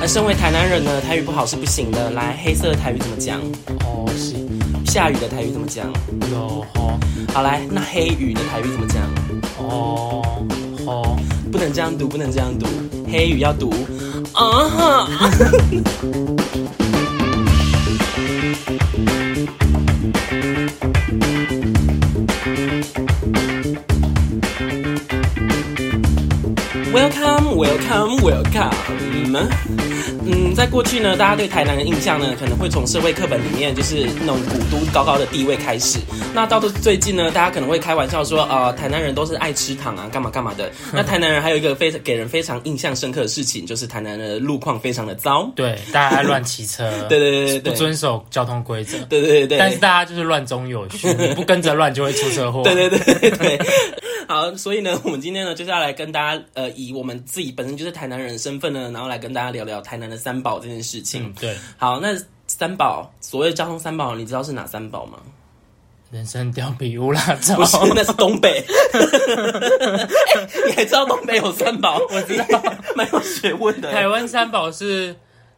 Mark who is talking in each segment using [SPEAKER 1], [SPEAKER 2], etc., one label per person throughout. [SPEAKER 1] 而身为台南人呢，台语不好是不行的。来，黑色的台语怎么讲？
[SPEAKER 2] 哦，是
[SPEAKER 1] 下雨的台语怎么讲？
[SPEAKER 2] 有吼
[SPEAKER 1] 好来，那黑雨的台语怎么讲？
[SPEAKER 2] 哦吼，
[SPEAKER 1] 不能这样读，不能这样读，黑雨要读。啊哈！Welcome, welcome, welcome。嗯，在过去呢，大家对台南的印象呢，可能会从社会课本里面就是那种古都高高的地位开始。那到了最近呢，大家可能会开玩笑说，呃，台南人都是爱吃糖啊，干嘛干嘛的。那台南人还有一个非常给人非常印象深刻的事情，就是台南人的路况非常的糟。
[SPEAKER 2] 对，大家爱乱骑车，
[SPEAKER 1] 对对对对
[SPEAKER 2] 不遵守交通规则，
[SPEAKER 1] 对对对对，
[SPEAKER 2] 但是大家就是乱中有 序，你不跟着乱就会出车祸。
[SPEAKER 1] 对对对对对。 好，所以呢，我们今天呢就是要来跟大家，呃，以我们自己本身就是台南人的身份呢，然后来跟大家聊聊台南的三宝这件事情。
[SPEAKER 2] 嗯，对，
[SPEAKER 1] 好，那三宝，所谓的交通三宝，你知道是哪三宝吗？
[SPEAKER 2] 人生貂皮乌拉草，
[SPEAKER 1] 不是， 那是东北。哎你还知道东北有三宝？我知道， 蛮有学问的。
[SPEAKER 2] 台湾三宝是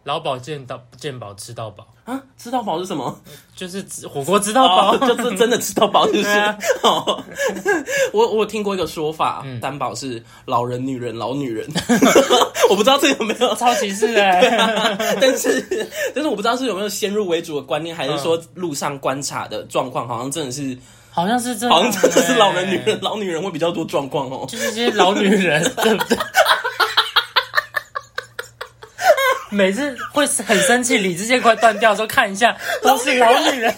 [SPEAKER 2] 劳保健到健保吃到饱，
[SPEAKER 1] 啊，吃到饱是什么？
[SPEAKER 2] 就是吃火锅吃到饱，
[SPEAKER 1] 哦 就是真的吃到饱， 就是
[SPEAKER 2] 对啊。
[SPEAKER 1] 哦，我我有听过一个说法，三宝是老人、女人、老女人。 我不知道这有没有
[SPEAKER 2] 超歧视
[SPEAKER 1] 啊
[SPEAKER 2] 的。欸
[SPEAKER 1] 但是，但是我不知道是有没有先入为主的观念，还是说路上观察的状况，好像真的是，
[SPEAKER 2] 好像是这样欸，
[SPEAKER 1] 好像真的是老人、女人、老女人会比较多状况哦。
[SPEAKER 2] 就是这些老 女人，对不对？每次会很生气，理智线快断掉的时候看一下，都是老 女人，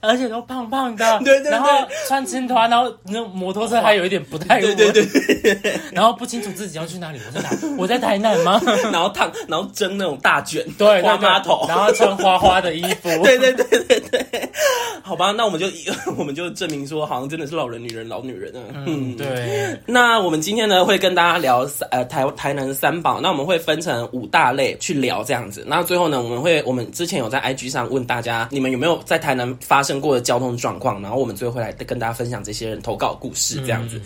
[SPEAKER 2] 而且都胖胖的，
[SPEAKER 1] 对对对
[SPEAKER 2] 然后穿青团，然后那摩托车还有一点不太
[SPEAKER 1] 对
[SPEAKER 2] 稳，
[SPEAKER 1] 对对对，
[SPEAKER 2] 然后不清楚自己要去哪里， 我在哪？我在台南吗？
[SPEAKER 1] 然后烫，然后蒸那种大卷，
[SPEAKER 2] 对，
[SPEAKER 1] 花
[SPEAKER 2] 对对
[SPEAKER 1] 妈头，
[SPEAKER 2] 然后穿花花的衣服，
[SPEAKER 1] 对对对对对，好吧，那我们就 我们就证明说，好像真的是老人、女人、老女人嗯
[SPEAKER 2] 嗯，对，
[SPEAKER 1] 那我们今天呢会跟大家聊三呃台台南的三宝，那我们会分成五大类去聊这样子。那最后呢，我们会我们之前有在 IG 上问大家，你们有没有在台南发生过的交通状况？然后我们最后会来跟大家分享这些人投稿故事这样子。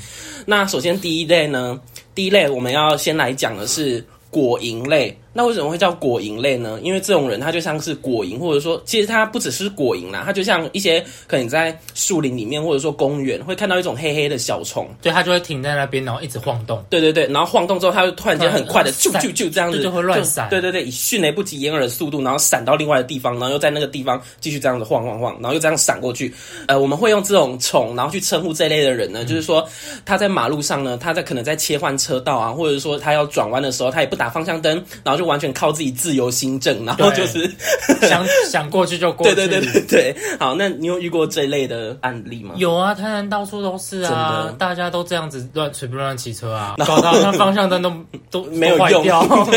[SPEAKER 1] 那首先第一类呢，第一类我们要先来讲的是。果蝇类，那为什么会叫果蝇类呢？因为这种人他就像是果蝇，或者说，其实他不只是果蝇啦，他就像一些可能你在树林里面或者说公园会看到一种黑黑的小虫，
[SPEAKER 2] 对他就会停在那边，然后一直晃动，
[SPEAKER 1] 对对对，然后晃动之后，它就突然间很快的
[SPEAKER 2] 嗯
[SPEAKER 1] 啾
[SPEAKER 2] 闪
[SPEAKER 1] 啾啾这样子，
[SPEAKER 2] 对就会乱闪
[SPEAKER 1] 对对对，以迅雷不及掩耳的速度，然后闪到另外的地方，然后又在那个地方继续这样子晃晃晃，然后又这样闪过去。呃，我们会用这种虫，然后去称呼这类的
[SPEAKER 2] 嗯
[SPEAKER 1] 人呢，就是说他在马路上呢，他在可能在切换车道啊，或者说他要转弯的时候，他也不打方向灯，然后就完全靠自己自由心证，然后
[SPEAKER 2] 对
[SPEAKER 1] 就是
[SPEAKER 2] 想想过去就过
[SPEAKER 1] 对对
[SPEAKER 2] 去，
[SPEAKER 1] 对对对。好，那你有遇过这类的案例吗？
[SPEAKER 2] 有啊，台南到处都是
[SPEAKER 1] 真
[SPEAKER 2] 啊
[SPEAKER 1] 的，
[SPEAKER 2] 大家都这样子乱随便乱骑车 啊，搞到那方向灯都都
[SPEAKER 1] 没有
[SPEAKER 2] 都坏
[SPEAKER 1] 用
[SPEAKER 2] 掉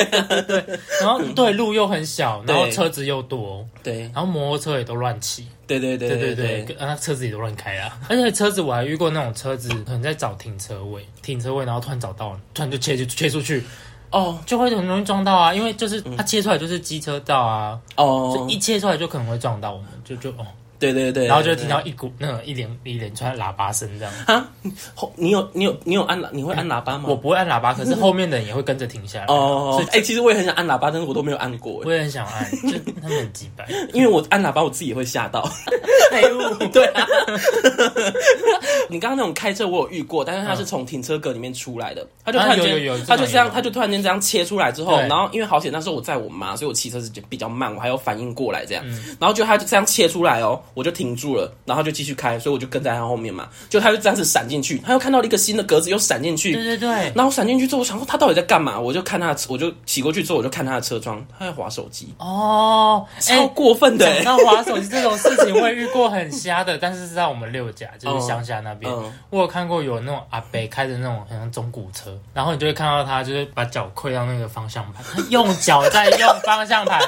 [SPEAKER 2] 对，然后对路又很小，然后
[SPEAKER 1] 对
[SPEAKER 2] 车子又多，
[SPEAKER 1] 对
[SPEAKER 2] 然后摩托车也都乱骑，
[SPEAKER 1] 对对对
[SPEAKER 2] 对
[SPEAKER 1] 对
[SPEAKER 2] 对对，跟啊车子也都乱开啊，而且车子我还遇过那种车子可能在找停车位，停车位然后突然找到了，突然就切就切出去，
[SPEAKER 1] 哦
[SPEAKER 2] 就会很容易撞到啊，因为就是它切出来就是机车道啊，
[SPEAKER 1] 嗯哦
[SPEAKER 2] 就，一切出来就可能会撞到我们，就就哦，
[SPEAKER 1] 对对对，
[SPEAKER 2] 然后就会听
[SPEAKER 1] 对
[SPEAKER 2] 到一股那种一连一连串喇叭声这样。
[SPEAKER 1] 啊，后你有你有你有按喇你会按喇叭吗？
[SPEAKER 2] 我不会按喇叭，可是后面的人也会跟着停下来。
[SPEAKER 1] 哦
[SPEAKER 2] 所以，
[SPEAKER 1] 哎、其实我也很想按喇叭，但是我都没有按过哎
[SPEAKER 2] 我，也很想按，就他们很鸡掰。
[SPEAKER 1] 因为我按喇叭我自己也会吓到。
[SPEAKER 2] 废物，
[SPEAKER 1] 对啊， 你刚刚那种开车我有遇过，但是他是从停车格里面出来的，他就突然
[SPEAKER 2] 嗯啊有有
[SPEAKER 1] 间
[SPEAKER 2] 有，
[SPEAKER 1] 他就这样，
[SPEAKER 2] 这种有
[SPEAKER 1] 他就突然间这样切出来之后，
[SPEAKER 2] 对
[SPEAKER 1] 然后因为好险那时候我载我妈，所以我骑车是比较慢，我还有反应过来这样，
[SPEAKER 2] 嗯
[SPEAKER 1] 然后就他就这样切出来哦，我就停住了，然后他就继续开，所以我就跟在他后面嘛，就他就这样子闪进去，他又看到了一个新的格子，又闪进去，
[SPEAKER 2] 对对对，
[SPEAKER 1] 然后闪进去之后，我想说他到底在干嘛？我就看他的车，我就骑过去之后，我就看他的车窗，他在划手机，
[SPEAKER 2] 哦，
[SPEAKER 1] 超
[SPEAKER 2] 哎。
[SPEAKER 1] 过分的、欸
[SPEAKER 2] 讲到滑手机这种事情，我也遇过很瞎的，但是是在我们六甲，就是乡下那边，
[SPEAKER 1] 嗯
[SPEAKER 2] 我有看过有那种阿伯开着那种很像中古车，然后你就会看到他就是把脚跪到那个方向盘，他用脚在用方向盘，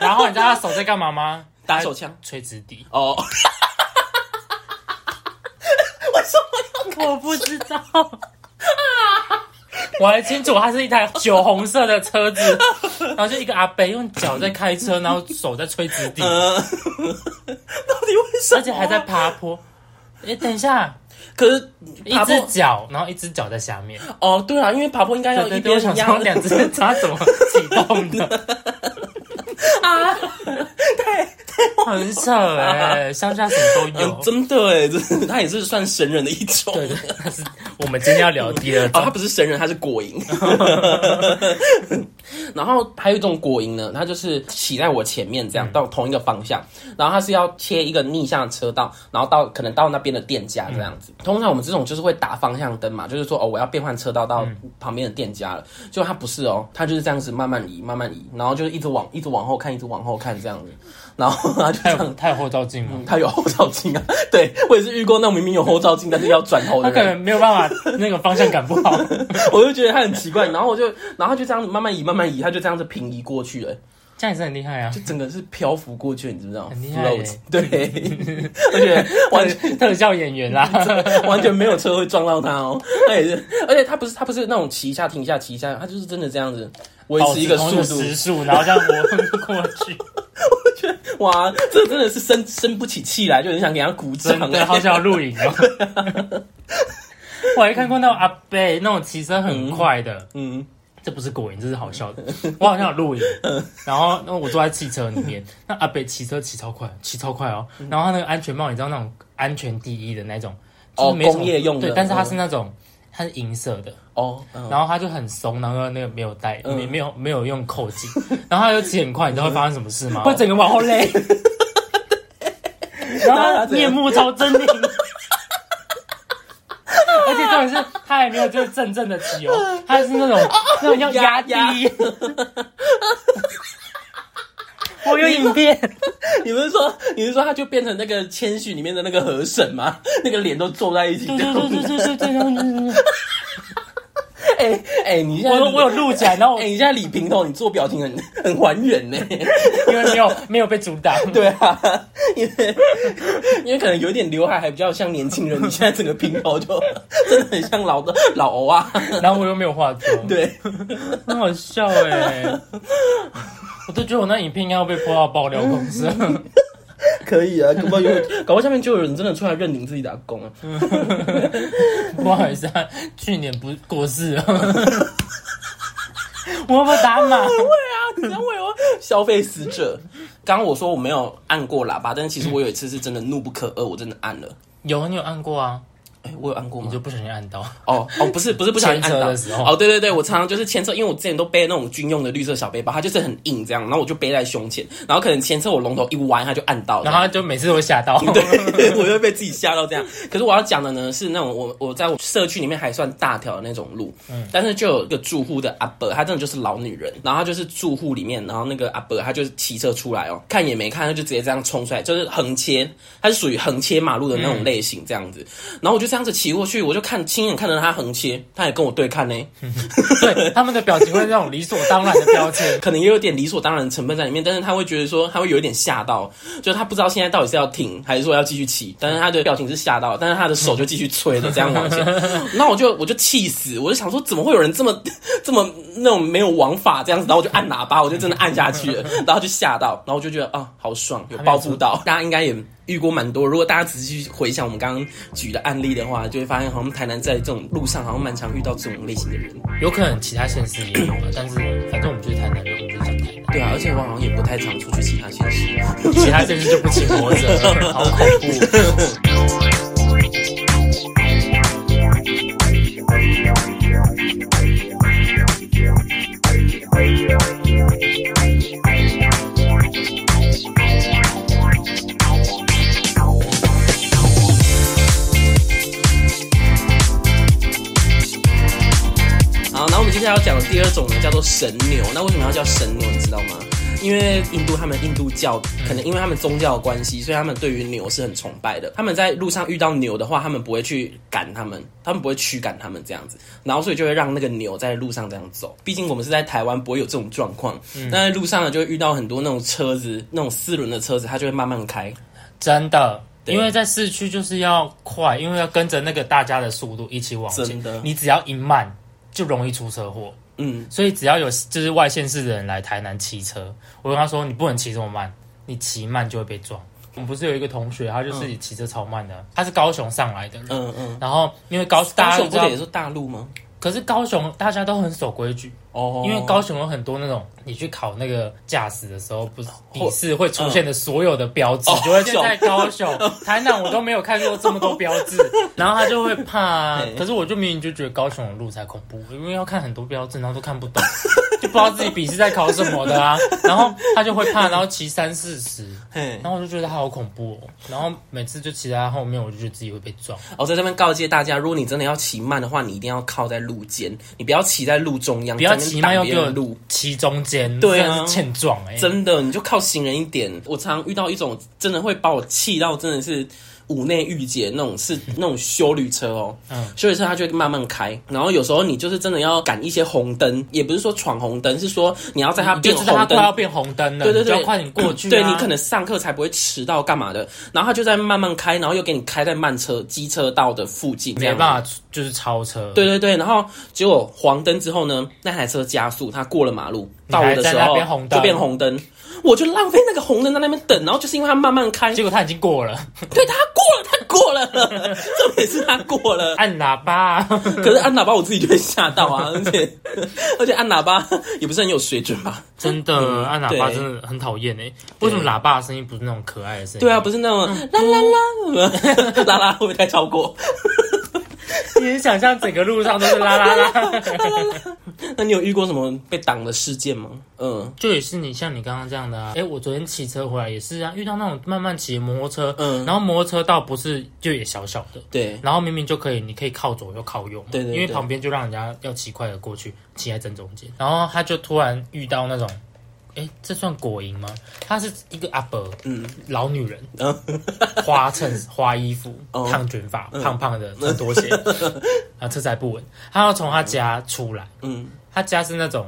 [SPEAKER 2] 然后你知道他手在干嘛吗？
[SPEAKER 1] 打手枪
[SPEAKER 2] 吹直笛。
[SPEAKER 1] 哦。
[SPEAKER 2] 我不知道， 我还清楚它是一台酒红色的车 子，然后就一个阿伯用脚在开车，然后手在吹纸笛，
[SPEAKER 1] 呃， 到底为什么？
[SPEAKER 2] 而且还在。爬坡。哎、等一下，
[SPEAKER 1] 可是
[SPEAKER 2] 一
[SPEAKER 1] 爬
[SPEAKER 2] 只
[SPEAKER 1] 坡
[SPEAKER 2] 脚，然后一只脚在下面。
[SPEAKER 1] 哦，对啊，因为爬坡应该要
[SPEAKER 2] 对
[SPEAKER 1] 一
[SPEAKER 2] 对对，我
[SPEAKER 1] 边
[SPEAKER 2] 想
[SPEAKER 1] 压
[SPEAKER 2] 说两只脚它怎么启动的？
[SPEAKER 1] 啊，
[SPEAKER 2] 很扯哎、乡下什么都
[SPEAKER 1] 嗯
[SPEAKER 2] 有，。
[SPEAKER 1] 真的哎，这他也是算神人的一种。
[SPEAKER 2] 对对，但是我们今天要聊第二
[SPEAKER 1] 哦，他
[SPEAKER 2] 种，
[SPEAKER 1] 不是神人，他是果蝇。 然后还有一种果蝇呢，它就是骑在我前面
[SPEAKER 2] 嗯
[SPEAKER 1] 这样到同一个方向，然后它是要切一个逆向车道，然后到可能到那边的店家这样子。
[SPEAKER 2] 嗯
[SPEAKER 1] 通常我们这种就是会打方向灯嘛，就是说哦我要变换车道
[SPEAKER 2] 嗯
[SPEAKER 1] 到旁边的店家了，就它不是哦，它就是这样子慢慢移慢慢移，然后就是一直往一直往后看，一直往后看这样子，然后它就
[SPEAKER 2] 太
[SPEAKER 1] 这
[SPEAKER 2] 有
[SPEAKER 1] 样。
[SPEAKER 2] 太有后照镜了。
[SPEAKER 1] 它有后照镜啊，对我也是遇过那种明明有后照镜，但是要转头
[SPEAKER 2] 他
[SPEAKER 1] 的
[SPEAKER 2] 可
[SPEAKER 1] 人。
[SPEAKER 2] 能没有办法， 那个方向感不好。
[SPEAKER 1] 我就觉得他很奇怪，然后我就，然后他就这样慢慢移，慢慢移，他就这样子平移过去了，
[SPEAKER 2] 这样也是很厉害啊，
[SPEAKER 1] 就整个是漂浮过去，你知不知道
[SPEAKER 2] 很厉害欸耶
[SPEAKER 1] ？float，对，我觉得完全
[SPEAKER 2] 特效演员啊啦。
[SPEAKER 1] 完全没有车会撞到他哦，他也是，而且他不是他不是那种骑一下停一下骑一下，他就是真的这样子维
[SPEAKER 2] 保
[SPEAKER 1] 持一
[SPEAKER 2] 持
[SPEAKER 1] 个
[SPEAKER 2] 同
[SPEAKER 1] 速度，
[SPEAKER 2] 时速，然后这样我过去，
[SPEAKER 1] 哇，这真的是生生不起气来，就很想给他鼓掌欸
[SPEAKER 2] 真，的好想要录影哦。 我还看过那种阿贝那种骑车很快的，
[SPEAKER 1] 嗯，
[SPEAKER 2] 这不是果蝇，这是好笑的。我好像有录影，然后那我坐在汽车里面，那阿北骑车骑超快，骑超快哦。然后他那个安全帽，你知道那种安全第一的那种，就是
[SPEAKER 1] 哦
[SPEAKER 2] 没什么
[SPEAKER 1] 工业用的
[SPEAKER 2] 对，但是它
[SPEAKER 1] 嗯
[SPEAKER 2] 是那种它是银色的，
[SPEAKER 1] 哦，嗯
[SPEAKER 2] 然后他就很怂，然后那个没有带，
[SPEAKER 1] 嗯
[SPEAKER 2] 没没有没有用扣紧， 然后他就骑很快，你知道会发生什么事吗？会整个往后勒， 然后他面目超狰狞， 而且重点是他还没有就是正正的骑 哦，他是那种那种要压
[SPEAKER 1] 压
[SPEAKER 2] 低。 我有影 片，
[SPEAKER 1] 你不是说你是说他就变成那个谦虚里面的那个河神吗？那个脸都皱在一起，
[SPEAKER 2] 对对对对对对对对对，
[SPEAKER 1] 哎哎，你现在
[SPEAKER 2] 我有我有录起来，然后我
[SPEAKER 1] 哎、你现在理平头，你做表情很 很还原呢。
[SPEAKER 2] 因为没有没有被阻挡，
[SPEAKER 1] 对啊，因为因为可能有点刘海还比较像年轻人，你现在整个平头就真的很像老的老欧啊。
[SPEAKER 2] 然后我又没有化妆，
[SPEAKER 1] 对，
[SPEAKER 2] 很好笑哎、 我都觉得我那影片应该要被泼到爆料公司，
[SPEAKER 1] 可以啊，搞不好有，搞不好下面就有人真的出来认领自己的阿公啊。
[SPEAKER 2] 不好意思、啊，去年不过 世了，我不打码，
[SPEAKER 1] 对啊，然后我有消费死者。刚刚我说我没有按过喇叭，但是其实我有一次是真的怒不可遏，我真的按了。
[SPEAKER 2] 有你有按过啊，
[SPEAKER 1] 哎、我有按过吗
[SPEAKER 2] 你？就不小心按到，
[SPEAKER 1] 哦哦，不是不是不小心按
[SPEAKER 2] 牵
[SPEAKER 1] 到
[SPEAKER 2] 车的时候
[SPEAKER 1] 哦，对对对，我常常就是牵车，因为我之前都背那种军用的绿色小背包，它就是很硬这样，然后我就背在胸前，然后可能牵车我龙头一弯，它就按到，
[SPEAKER 2] 然后他就每次都会吓 到，
[SPEAKER 1] 对，我就被自己吓到这样。可是我要讲的呢是那种我我在我社区里面还算大条的那种路，但是就有一个住户的阿伯，他真的就是老女人，然后他就是住户里面，然后那个阿伯他就是骑车出来哦，看也没看，他就直接这样冲出来，就是横切，他是属于横切马路的那种类型这样子。然后我就这样子骑过去，我就看亲眼看着他横切，他也跟我对看呢、
[SPEAKER 2] 对，他们的表情会是那种理所当然的标签，
[SPEAKER 1] 可能也有点理所当然的成分在里面，但是他会觉得说他会有一点吓到，就是他不知道现在到底是要停还是说要继续骑，但是他的表情是吓到，但是他的手就继续催着这样往前，那我就我就气死，我就想说怎么会有人这么 这么那种没有王法这样子，然后我就按喇叭，我就真的按下去了，然后就吓到，然后我就觉得啊好爽，有报复到，大家应该也。遇过蛮多，如果大家仔细回想我们刚刚举的案例的话，就会发现好像台南在这种路上好像蛮常遇到这种类型的人。
[SPEAKER 2] 有可能其他县市也有吧，但是反正我们就是台南人，我们就 讲台南，
[SPEAKER 1] 对啊，而且我好像也不太常出去其他县市。
[SPEAKER 2] 其他县市就不请活着了，好恐怖。
[SPEAKER 1] 好，那我们接下来要讲的第二种呢，叫做神牛。那为什么要叫神牛？你知道吗？因为印度他们印度教可能因为他们宗教的关系，所以他们对于牛是很崇拜的。他们在路上遇到牛的话，他们不会去赶他们，他们不会驱赶他们这样子，然后所以就会让那个牛在路上这样走。毕竟我们是在台湾，不会有这种状况。那在路上呢，就会遇到很多那种车子，那种四轮的车子，它就会慢慢开。
[SPEAKER 2] 真的。
[SPEAKER 1] 对
[SPEAKER 2] 因为在市区就是要快，因为要跟着那个大家的速度一起往前。
[SPEAKER 1] 真的
[SPEAKER 2] 你只要一慢，就容易出车祸。
[SPEAKER 1] 嗯，
[SPEAKER 2] 所以只要有就是外县市的人来台南骑车，我跟他说你不能骑这么慢，你骑慢就会被撞。我们不是有一个同学，他就是骑车超慢的，他是高雄上来的人，
[SPEAKER 1] 嗯嗯，
[SPEAKER 2] 然后因为高
[SPEAKER 1] 高
[SPEAKER 2] 大家都
[SPEAKER 1] 雄
[SPEAKER 2] 知
[SPEAKER 1] 不
[SPEAKER 2] 道
[SPEAKER 1] 也，是大陆吗？
[SPEAKER 2] 可是高雄大家都很守规矩，
[SPEAKER 1] 哦
[SPEAKER 2] 因为高雄有很多那种你去考那个驾驶的时候，不是笔试会出
[SPEAKER 1] 嗯
[SPEAKER 2] 现的所有的标志
[SPEAKER 1] 哦，
[SPEAKER 2] 就会现在高雄、台南我都没有看过这么多标 志，然后他就会怕啊
[SPEAKER 1] 嘿。
[SPEAKER 2] 可是我就明明就觉得高雄的路才恐怖，因为要看很多标志，然后都看不懂，就不知道自己笔试在考什么的啊。然后他就会怕，然后骑三四十。
[SPEAKER 1] 嘿，
[SPEAKER 2] 然后我就觉得他好恐怖哦，然后每次就骑在他后面，我就觉得自己会被撞。
[SPEAKER 1] 我、哦在这边告诫大家，如果你真的要骑慢的话，你一定要靠在路肩，你不要骑在路中央，
[SPEAKER 2] 不要
[SPEAKER 1] 在那边
[SPEAKER 2] 骑
[SPEAKER 1] 挡
[SPEAKER 2] 慢，要
[SPEAKER 1] 别
[SPEAKER 2] 给
[SPEAKER 1] 人
[SPEAKER 2] 我
[SPEAKER 1] 路。
[SPEAKER 2] 骑中间，
[SPEAKER 1] 对啊
[SPEAKER 2] 真的是欠撞哎、
[SPEAKER 1] 真的，你就靠行人一点。我常遇到一种真的会把我气到，真的是五内御姐那种， 是那种修旅车哦。
[SPEAKER 2] 嗯，
[SPEAKER 1] 修旅车它就会慢慢开，然后有时候你就是真的要赶一些红灯，也不是说闯红灯，是说你要在它
[SPEAKER 2] 你就
[SPEAKER 1] 变
[SPEAKER 2] 知道他
[SPEAKER 1] 红
[SPEAKER 2] 快
[SPEAKER 1] 灯
[SPEAKER 2] 要变红灯了，
[SPEAKER 1] 对对
[SPEAKER 2] 你就
[SPEAKER 1] 对，
[SPEAKER 2] 要快点过去、啊。
[SPEAKER 1] 对你可能上课才不会迟到干嘛的，然后他就在慢慢开，然后又给你开在慢车机车道的附近，这
[SPEAKER 2] 没
[SPEAKER 1] 样。
[SPEAKER 2] 办法，就是超车。
[SPEAKER 1] 对，对对，然后结果黄灯之后呢，那台车加速，它过了马路，到我的时
[SPEAKER 2] 你还在那
[SPEAKER 1] 候
[SPEAKER 2] 边红灯
[SPEAKER 1] 就变红灯，我就浪费那个红灯在那边等，然后就是因为它慢慢开，
[SPEAKER 2] 结果他已经过 了，
[SPEAKER 1] 对它过了，它 过了，重点是它过了，啊
[SPEAKER 2] 按喇叭、
[SPEAKER 1] 可是按喇叭我自己就会吓到 啊，而且而且按喇叭也不是很有水准吧？
[SPEAKER 2] 真的按喇叭
[SPEAKER 1] 对
[SPEAKER 2] 真的很讨厌哎。为什么喇叭的声音不是那种可爱的声音？
[SPEAKER 1] 对啊，，不是那种啦啦 啦啦啦，会不会太超过？
[SPEAKER 2] 你能想象整个路上都是啦啦啦？
[SPEAKER 1] 那你有遇过什么被挡的事件吗？嗯，
[SPEAKER 2] 就也是你像你刚刚这样的啊。哎，我昨天骑车回来也是啊，遇到那种慢慢骑的摩托车，
[SPEAKER 1] 嗯
[SPEAKER 2] 然后摩托车道不是就也小小的。
[SPEAKER 1] 对，
[SPEAKER 2] 然后明明就可以，你可以靠左又靠右嘛，
[SPEAKER 1] 对对对
[SPEAKER 2] 因为旁边就让人家要骑快的过去，骑在正中间。然后他就突然遇到那种，哎，这算果蝇吗？他是一个阿伯，
[SPEAKER 1] 嗯，
[SPEAKER 2] 老女人，
[SPEAKER 1] 嗯
[SPEAKER 2] 花衬 花衣服，
[SPEAKER 1] 哦
[SPEAKER 2] 烫卷发，胖胖的，穿拖 鞋，啊，车子还不稳。他要从他家出来，
[SPEAKER 1] 嗯
[SPEAKER 2] 他家是那种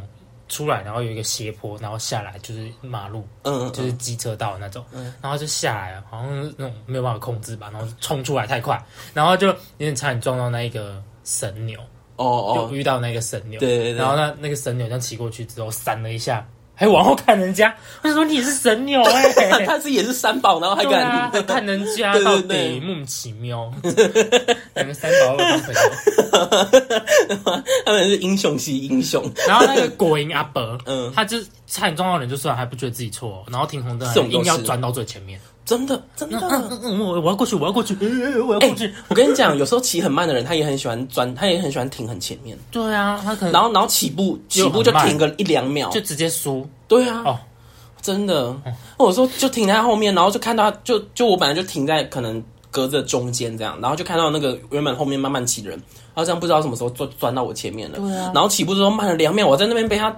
[SPEAKER 2] 出来，然后有一个斜坡，然后下来就是马路，
[SPEAKER 1] 嗯
[SPEAKER 2] 就是机车道那种，然后就下来了，好像是那种没有办法控制吧，然后就冲出来太快，然后就有点差点撞到那一个神牛，
[SPEAKER 1] 哦
[SPEAKER 2] 就
[SPEAKER 1] 哦，
[SPEAKER 2] 遇到那个神牛，
[SPEAKER 1] 对对对
[SPEAKER 2] 然后那那个神牛这样骑过去之后闪了一下，还往后看人家，我想说你也是 神牛哎、
[SPEAKER 1] 他他是也是三宝，然后还
[SPEAKER 2] 对啊，
[SPEAKER 1] 敢
[SPEAKER 2] 还看人家
[SPEAKER 1] 对对
[SPEAKER 2] 到
[SPEAKER 1] 对
[SPEAKER 2] 底莫名其妙，两个三宝当朋友。
[SPEAKER 1] 他们是英雄惜英雄，
[SPEAKER 2] 然后那个果蝇阿伯，
[SPEAKER 1] 嗯
[SPEAKER 2] 他就差点撞到人，就算还不觉得自己错，然后停红灯
[SPEAKER 1] 这种都
[SPEAKER 2] 硬要
[SPEAKER 1] 是
[SPEAKER 2] 钻到最前面，
[SPEAKER 1] 真的真的。
[SPEAKER 2] 嗯嗯，我我要过去，我要过去，嗯我要过去。
[SPEAKER 1] 哎我跟你讲，有时候骑很慢的人，他也很喜欢钻，他也很喜欢停很前面，
[SPEAKER 2] 对啊，他可
[SPEAKER 1] 然
[SPEAKER 2] 能
[SPEAKER 1] 后然后起步
[SPEAKER 2] 又
[SPEAKER 1] 起
[SPEAKER 2] 很
[SPEAKER 1] 步就
[SPEAKER 2] 慢
[SPEAKER 1] 停个一两秒
[SPEAKER 2] 就，直接输
[SPEAKER 1] 对啊，
[SPEAKER 2] 哦。
[SPEAKER 1] 真的。我说就停在后面，然后就看到他就就我本来就停在可能隔着中间这样，然后就看到那个原本后面慢慢骑的人，然后这样不知道什么时候钻钻到我前面了，
[SPEAKER 2] 对啊
[SPEAKER 1] 然后起步之后慢了两秒，我在那边被他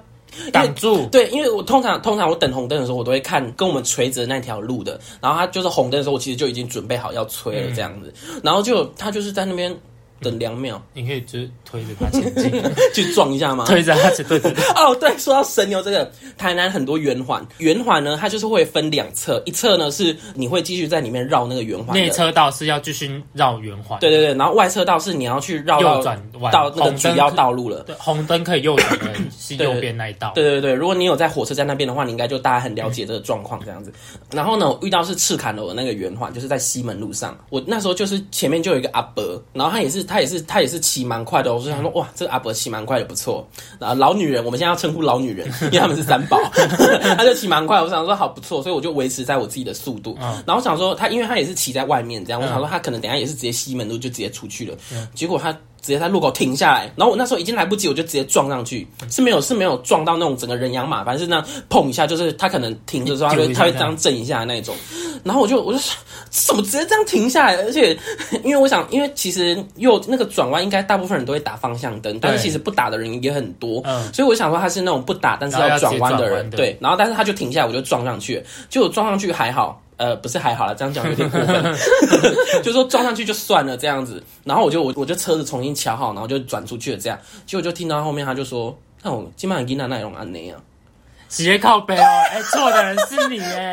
[SPEAKER 2] 挡住，
[SPEAKER 1] 对，因为我通常通常我等红灯的时候，我都会看跟我们垂直的那条路的，然后他就是红灯的时候，我其实就已经准备好要催了这样子，
[SPEAKER 2] 嗯
[SPEAKER 1] 然后就他就是在那边等两 秒
[SPEAKER 2] 你可以就是推着他前进，
[SPEAKER 1] 去撞一下嘛。
[SPEAKER 2] 推着他前，对对对，
[SPEAKER 1] 哦，对，说到神牛这个，台南很多圆环，圆环呢，它就是会分两侧，一侧呢是你会继续在里面绕那个圆环
[SPEAKER 2] 内
[SPEAKER 1] 的，
[SPEAKER 2] 车道是要继续绕圆环，
[SPEAKER 1] 对对对，然后外侧道是你要去绕
[SPEAKER 2] 右
[SPEAKER 1] 到
[SPEAKER 2] 转弯
[SPEAKER 1] 到那个
[SPEAKER 2] 红
[SPEAKER 1] 主
[SPEAKER 2] 灯
[SPEAKER 1] 要
[SPEAKER 2] 可
[SPEAKER 1] 道路了。
[SPEAKER 2] 对，红灯可以右转的是
[SPEAKER 1] 对
[SPEAKER 2] 右边那一道，
[SPEAKER 1] 对对对，如果你有在火车站那边的话，你应该就大家很了解这个状况这样子。然后呢，我遇到是赤坎楼的那个圆环，就是在西门路上。我那时候就是前面就有一个阿伯，然后他也是他也是他也是骑蛮快的哦、我就想说哇，这个阿伯骑蛮快的不错。然后呃老女人，我们现在要称呼老 女人，因为他们是三宝， 他就骑蛮快。我想说好不错，所以我就维持在我自己的速度。
[SPEAKER 2] 嗯
[SPEAKER 1] 然后我想说他，因为他也是骑在外面这样，我想说他可能等一下也是直接西门路就直接出去了。结果他直接在路口停下来，然后我那时候已经来不及，我就直接撞上去，
[SPEAKER 2] 嗯
[SPEAKER 1] 是没有是没有撞到那种整个人仰马翻，是那样碰一下，就是他可能停的时候，他
[SPEAKER 2] 丢
[SPEAKER 1] 会
[SPEAKER 2] 一下
[SPEAKER 1] 他会
[SPEAKER 2] 这
[SPEAKER 1] 这
[SPEAKER 2] 样
[SPEAKER 1] 样震一下那种。然后我就我就说怎么直接这样停下来？而且 因为我想，因为其实右那个转弯应该大部分人都会打方向灯，但是
[SPEAKER 2] 对
[SPEAKER 1] 其实不打的人也很多，
[SPEAKER 2] 嗯
[SPEAKER 1] 所以我想说他是那种不打但是
[SPEAKER 2] 然后要直接
[SPEAKER 1] 转弯的
[SPEAKER 2] 转
[SPEAKER 1] 人，
[SPEAKER 2] 弯的
[SPEAKER 1] 对。然后但是他就停下来，我就撞上去了，就撞上去还好。呃，不是还好了，这样讲有点过 分，就说撞上去就算了这样子。然后我就我我就车子重新调好，然后就转出去了这样。结果就听到后面他就说：“哦那我今晚给娜那容安内啊。”
[SPEAKER 2] 斜靠北哦，哎，错的人是你哎，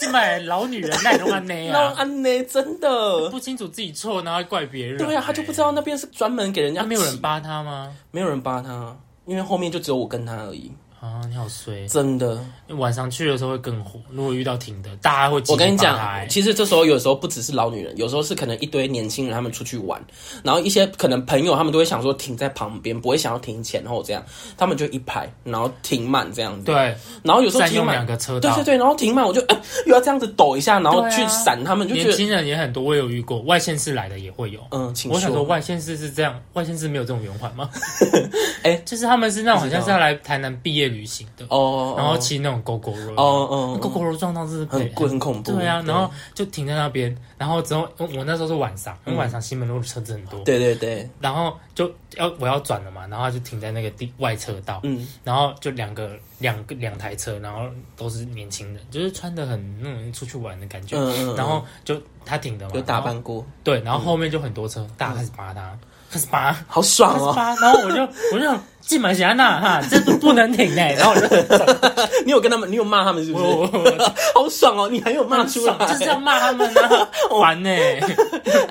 [SPEAKER 2] 你买老女人那种安内
[SPEAKER 1] 那
[SPEAKER 2] 啊，
[SPEAKER 1] 安呢？真的，
[SPEAKER 2] 不清楚自己错，然后还怪别人、
[SPEAKER 1] 对啊，他就不知，道那边是专门给人家
[SPEAKER 2] 那没有人
[SPEAKER 1] 挤
[SPEAKER 2] 扒他吗？
[SPEAKER 1] 没有人扒他，因为后面就只有我跟他而已，
[SPEAKER 2] 啊，你好衰！
[SPEAKER 1] 真的。
[SPEAKER 2] 晚上去的时候会更火，如果遇到停的，大家会集
[SPEAKER 1] 我
[SPEAKER 2] 体
[SPEAKER 1] 跟你
[SPEAKER 2] 扒他欸
[SPEAKER 1] 讲，其实这时候有时候不只是老女人，有时候是可能一堆年轻人他们出去玩，然后一些可能朋友他们都会想说停在旁边，不会想要停前后这样，他们就一排，然后停满这样子，
[SPEAKER 2] 对，
[SPEAKER 1] 然后有时候
[SPEAKER 2] 占
[SPEAKER 1] 停
[SPEAKER 2] 用
[SPEAKER 1] 满
[SPEAKER 2] 两，个车
[SPEAKER 1] 对
[SPEAKER 2] 道
[SPEAKER 1] 对，对，然后停满我就、呃又要这样子抖一下，然后
[SPEAKER 2] 对啊
[SPEAKER 1] 去闪他们，就觉
[SPEAKER 2] 年
[SPEAKER 1] 得
[SPEAKER 2] 轻人也很多，我有遇过，外县市来的也会有。
[SPEAKER 1] 嗯，请
[SPEAKER 2] 我想说，
[SPEAKER 1] 说，
[SPEAKER 2] 外县市是这样，外县市没有这种圆环吗？
[SPEAKER 1] 哎
[SPEAKER 2] 就是他们是那种
[SPEAKER 1] 不
[SPEAKER 2] 好
[SPEAKER 1] 知道
[SPEAKER 2] 像是要来台南毕业旅行的，
[SPEAKER 1] 哦，
[SPEAKER 2] 然后骑那种狗狗肉，
[SPEAKER 1] 哦哦，
[SPEAKER 2] 狗狗肉撞到真是
[SPEAKER 1] 很
[SPEAKER 2] 被
[SPEAKER 1] 贵很恐怖，
[SPEAKER 2] 对啊，然后就停在那边，然后之后我我那时候是晚上，因为晚上西门路的车子很多，
[SPEAKER 1] 嗯对对对，
[SPEAKER 2] 然后就要我要转了嘛，然后他就停在那个地外车道，
[SPEAKER 1] 嗯，
[SPEAKER 2] 然后就两个两个两台车，然后都是年轻人，就是穿的很那种出去玩的感觉，
[SPEAKER 1] 嗯嗯嗯
[SPEAKER 2] 然后就他停的嘛，
[SPEAKER 1] 有打
[SPEAKER 2] 然后
[SPEAKER 1] 扮过，
[SPEAKER 2] 对，然后后面就很多车，大家开始扒他，开始扒。
[SPEAKER 1] 好爽
[SPEAKER 2] 开始
[SPEAKER 1] 哦！
[SPEAKER 2] 扒，然后 我就我就进门想那哈，这不不能停哎、然后我就
[SPEAKER 1] 你有跟他们，你有骂他们是不是？
[SPEAKER 2] 我我我
[SPEAKER 1] 好爽哦！你还有骂 出来，
[SPEAKER 2] 就是要骂他们啊， 玩呢、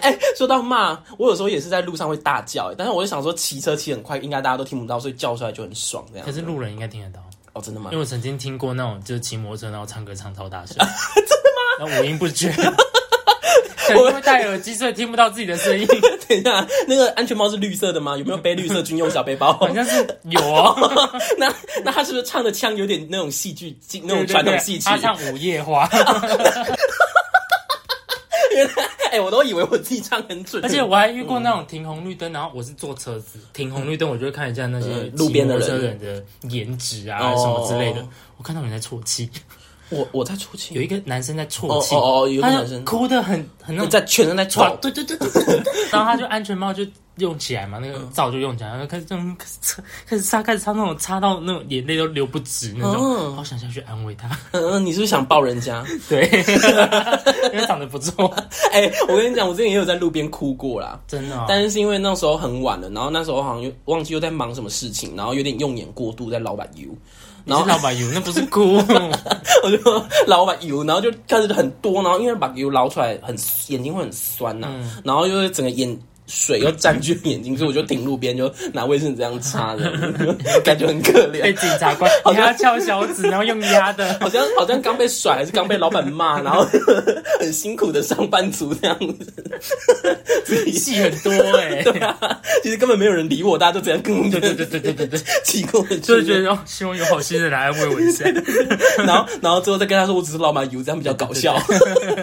[SPEAKER 1] 哎、说到骂，我有时候也是在路上会大叫、哎但是我就想说骑车骑很快，应该大家都听不到，所以叫出来就很爽这样
[SPEAKER 2] 可。是路人应该听得到，
[SPEAKER 1] 哦，真的吗
[SPEAKER 2] 因为？我曾经听过那种就是骑摩托车然后唱歌唱超大 声，真的吗？然后五音不绝，可能会戴耳机所以听不到自己的声 音，
[SPEAKER 1] 等一下，那个安全帽是绿色的吗？有没有背绿色军用小背 包？
[SPEAKER 2] 好像是有哦，
[SPEAKER 1] 那那他是不是唱的腔有点那种戏剧 那种
[SPEAKER 2] 对对对
[SPEAKER 1] 传统戏曲？
[SPEAKER 2] 他唱《午夜花》，
[SPEAKER 1] 原来，哎、我都以为我自己唱很准，
[SPEAKER 2] 而且我还遇过那种停红绿灯，然后我是坐车子停红绿灯，我就会看一下那些
[SPEAKER 1] 嗯嗯路边的人
[SPEAKER 2] 骑摩托车人的颜值啊
[SPEAKER 1] 哦
[SPEAKER 2] 什么之类的。我看到有人在啜泣，
[SPEAKER 1] 我我在出气，
[SPEAKER 2] 有一个男生在啜泣，
[SPEAKER 1] 哦哦哦有一个
[SPEAKER 2] 他就
[SPEAKER 1] 男生
[SPEAKER 2] 哭的很很那
[SPEAKER 1] 我
[SPEAKER 2] 种，
[SPEAKER 1] 在全身在
[SPEAKER 2] 哇
[SPEAKER 1] 喘，
[SPEAKER 2] 对对对对对，对对然后他就安全帽就用起来嘛，那
[SPEAKER 1] 嗯
[SPEAKER 2] 个罩就用起来，然后开始这种开始擦开始擦开始擦那种擦到那种眼泪都流不止
[SPEAKER 1] 嗯
[SPEAKER 2] 那种，好想下去安慰他，
[SPEAKER 1] 嗯嗯，你是不是想抱人家？
[SPEAKER 2] 对，因为长得不错，
[SPEAKER 1] 哎、我跟你讲，我之前也有在路边哭过啦。
[SPEAKER 2] 真的哦，
[SPEAKER 1] 但是是因为那时候很晚了，然后那时候好像又忘记又在忙什么事情，然后有点用眼过度在老板 U，
[SPEAKER 2] 你是老板油，那不是哭，
[SPEAKER 1] 我就老板 U，然后就开始很多，然后因为把 U 捞出来很眼睛会很酸呐、
[SPEAKER 2] 嗯
[SPEAKER 1] 然后就是整个眼水又占据眼睛，所以我就停路边就拿卫生纸这样擦的， 感觉很可
[SPEAKER 2] 被
[SPEAKER 1] 怜，
[SPEAKER 2] 警察 关，你还要翘小指，然后用压的。
[SPEAKER 1] 好像好像刚被甩还是刚被老板骂，然后 很辛苦的上班族这样子，自己
[SPEAKER 2] 戏很多 哎、
[SPEAKER 1] 对啊，其实根本没有人理我，大家就这样跟
[SPEAKER 2] 对对对对对对 对，
[SPEAKER 1] 奇怪，
[SPEAKER 2] 就是觉得哦，希望有好心人来安慰我一下。
[SPEAKER 1] 然后然后最后再跟他说我只是老板油，这样比较搞笑。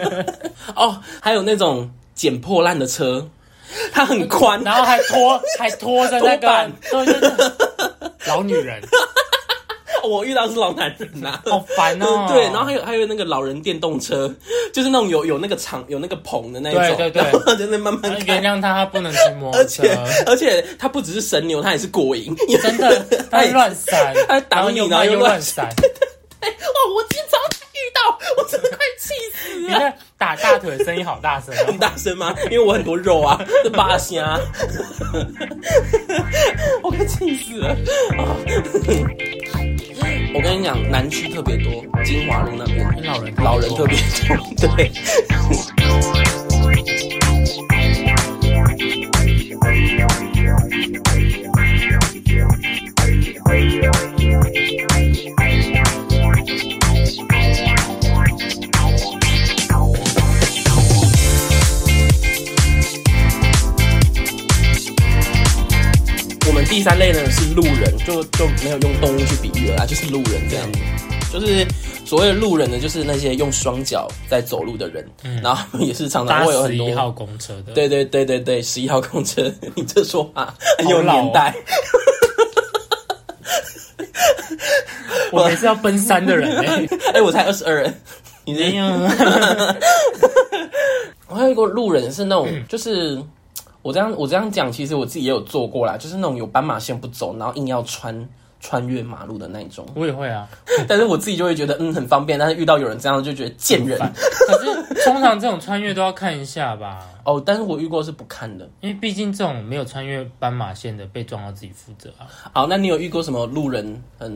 [SPEAKER 1] 哦，还有那种捡破烂的车，它很 宽，
[SPEAKER 2] 然后还拖还拖着那
[SPEAKER 1] 拖板
[SPEAKER 2] 个，对对对，老女人
[SPEAKER 1] 我遇到的是老男人呐、
[SPEAKER 2] 好烦 哦。
[SPEAKER 1] 对，然后还有还有那个老人电动车， 就是那种有有那个长有那个棚的那一种，
[SPEAKER 2] 对对对
[SPEAKER 1] 然后真的慢慢
[SPEAKER 2] 然后原
[SPEAKER 1] 开。
[SPEAKER 2] 谅他，他不能骑摩托
[SPEAKER 1] 而
[SPEAKER 2] 车，
[SPEAKER 1] 且而且它不只是神牛，它也是过瘾，真
[SPEAKER 2] 真的他
[SPEAKER 1] 也
[SPEAKER 2] 乱闪，
[SPEAKER 1] 他打
[SPEAKER 2] 然后
[SPEAKER 1] 你
[SPEAKER 2] 又
[SPEAKER 1] 然后
[SPEAKER 2] 慢
[SPEAKER 1] 又
[SPEAKER 2] 又
[SPEAKER 1] 乱
[SPEAKER 2] 乱闪，
[SPEAKER 1] 哎 哇！我今天早上才遇到，我真的快气死
[SPEAKER 2] 你
[SPEAKER 1] 了。
[SPEAKER 2] 看打大腿的声音好大声哦
[SPEAKER 1] 很。大声吗？因为我很多肉啊，是八虾， 我快气死了。 啊我跟你讲，南区特别多，金华路那边
[SPEAKER 2] 老人
[SPEAKER 1] 老人特别多，对。我们第三类呢是路人，就就没有用动物去比喻了啦，就是路人这样子。就是所谓的路人呢，就是那些用双脚在走路的人，然后他们也是常常
[SPEAKER 2] 嗯搭
[SPEAKER 1] 会有很
[SPEAKER 2] 十
[SPEAKER 1] 多
[SPEAKER 2] 一号公车的，
[SPEAKER 1] 对对对对对，十一号公车，你这说话很有
[SPEAKER 2] 好老哦
[SPEAKER 1] 年 代。
[SPEAKER 2] 我每次要奔三的人哎、
[SPEAKER 1] 哎、我才二十二，你
[SPEAKER 2] 哎
[SPEAKER 1] 这
[SPEAKER 2] 呀，
[SPEAKER 1] 我还有一个路人是那种，
[SPEAKER 2] 嗯
[SPEAKER 1] 就是我这样我这样讲，其实我自己也有做过啦，就是那种有斑马线不走，然后硬要穿穿越马路的那 种。
[SPEAKER 2] 我也会啊。
[SPEAKER 1] 但是我自己就会觉得嗯很方便，但是遇到有人这样就觉得贱 人
[SPEAKER 2] 可是通常这种穿越都要看一下吧，
[SPEAKER 1] 哦。但是我遇过是不看的。
[SPEAKER 2] 因为毕竟这种没有穿越斑马线的被撞到自己负责啊。
[SPEAKER 1] 好，那你有遇过什么路人很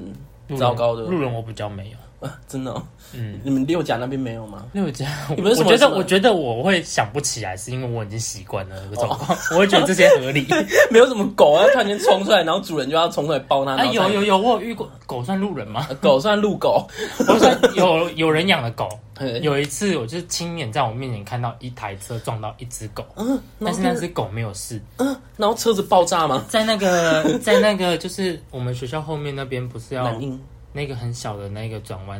[SPEAKER 2] 路人
[SPEAKER 1] 糟糕的？
[SPEAKER 2] 路人我比较没有，
[SPEAKER 1] 啊，真的、哦，
[SPEAKER 2] 嗯，
[SPEAKER 1] 你们六甲那边没有吗？
[SPEAKER 2] 六家，我
[SPEAKER 1] 你不是什么
[SPEAKER 2] 觉
[SPEAKER 1] 什
[SPEAKER 2] 得
[SPEAKER 1] 么
[SPEAKER 2] 我觉得我会想不起来，是因为我已经习惯了那个状
[SPEAKER 1] 哦
[SPEAKER 2] 况，我会觉得这些合 理。
[SPEAKER 1] 没有什么狗啊，突然间冲出来，然后主人就要冲出来抱它。
[SPEAKER 2] 啊，
[SPEAKER 1] 然后
[SPEAKER 2] 有
[SPEAKER 1] 它
[SPEAKER 2] 有有，我有遇过狗算路 人吗？
[SPEAKER 1] 狗算路狗，
[SPEAKER 2] 我说有有人养的狗，
[SPEAKER 1] 对
[SPEAKER 2] 有一次我就是亲眼在我面前看到一台车撞到一只狗，
[SPEAKER 1] 嗯，
[SPEAKER 2] 但
[SPEAKER 1] 然
[SPEAKER 2] 是
[SPEAKER 1] 后
[SPEAKER 2] 那
[SPEAKER 1] 跟
[SPEAKER 2] 只狗没有 事，
[SPEAKER 1] 嗯，然后车子爆炸吗？
[SPEAKER 2] 在那个在那个就是我们学校后面那边不是要
[SPEAKER 1] 南音，
[SPEAKER 2] 那个很小的那个转弯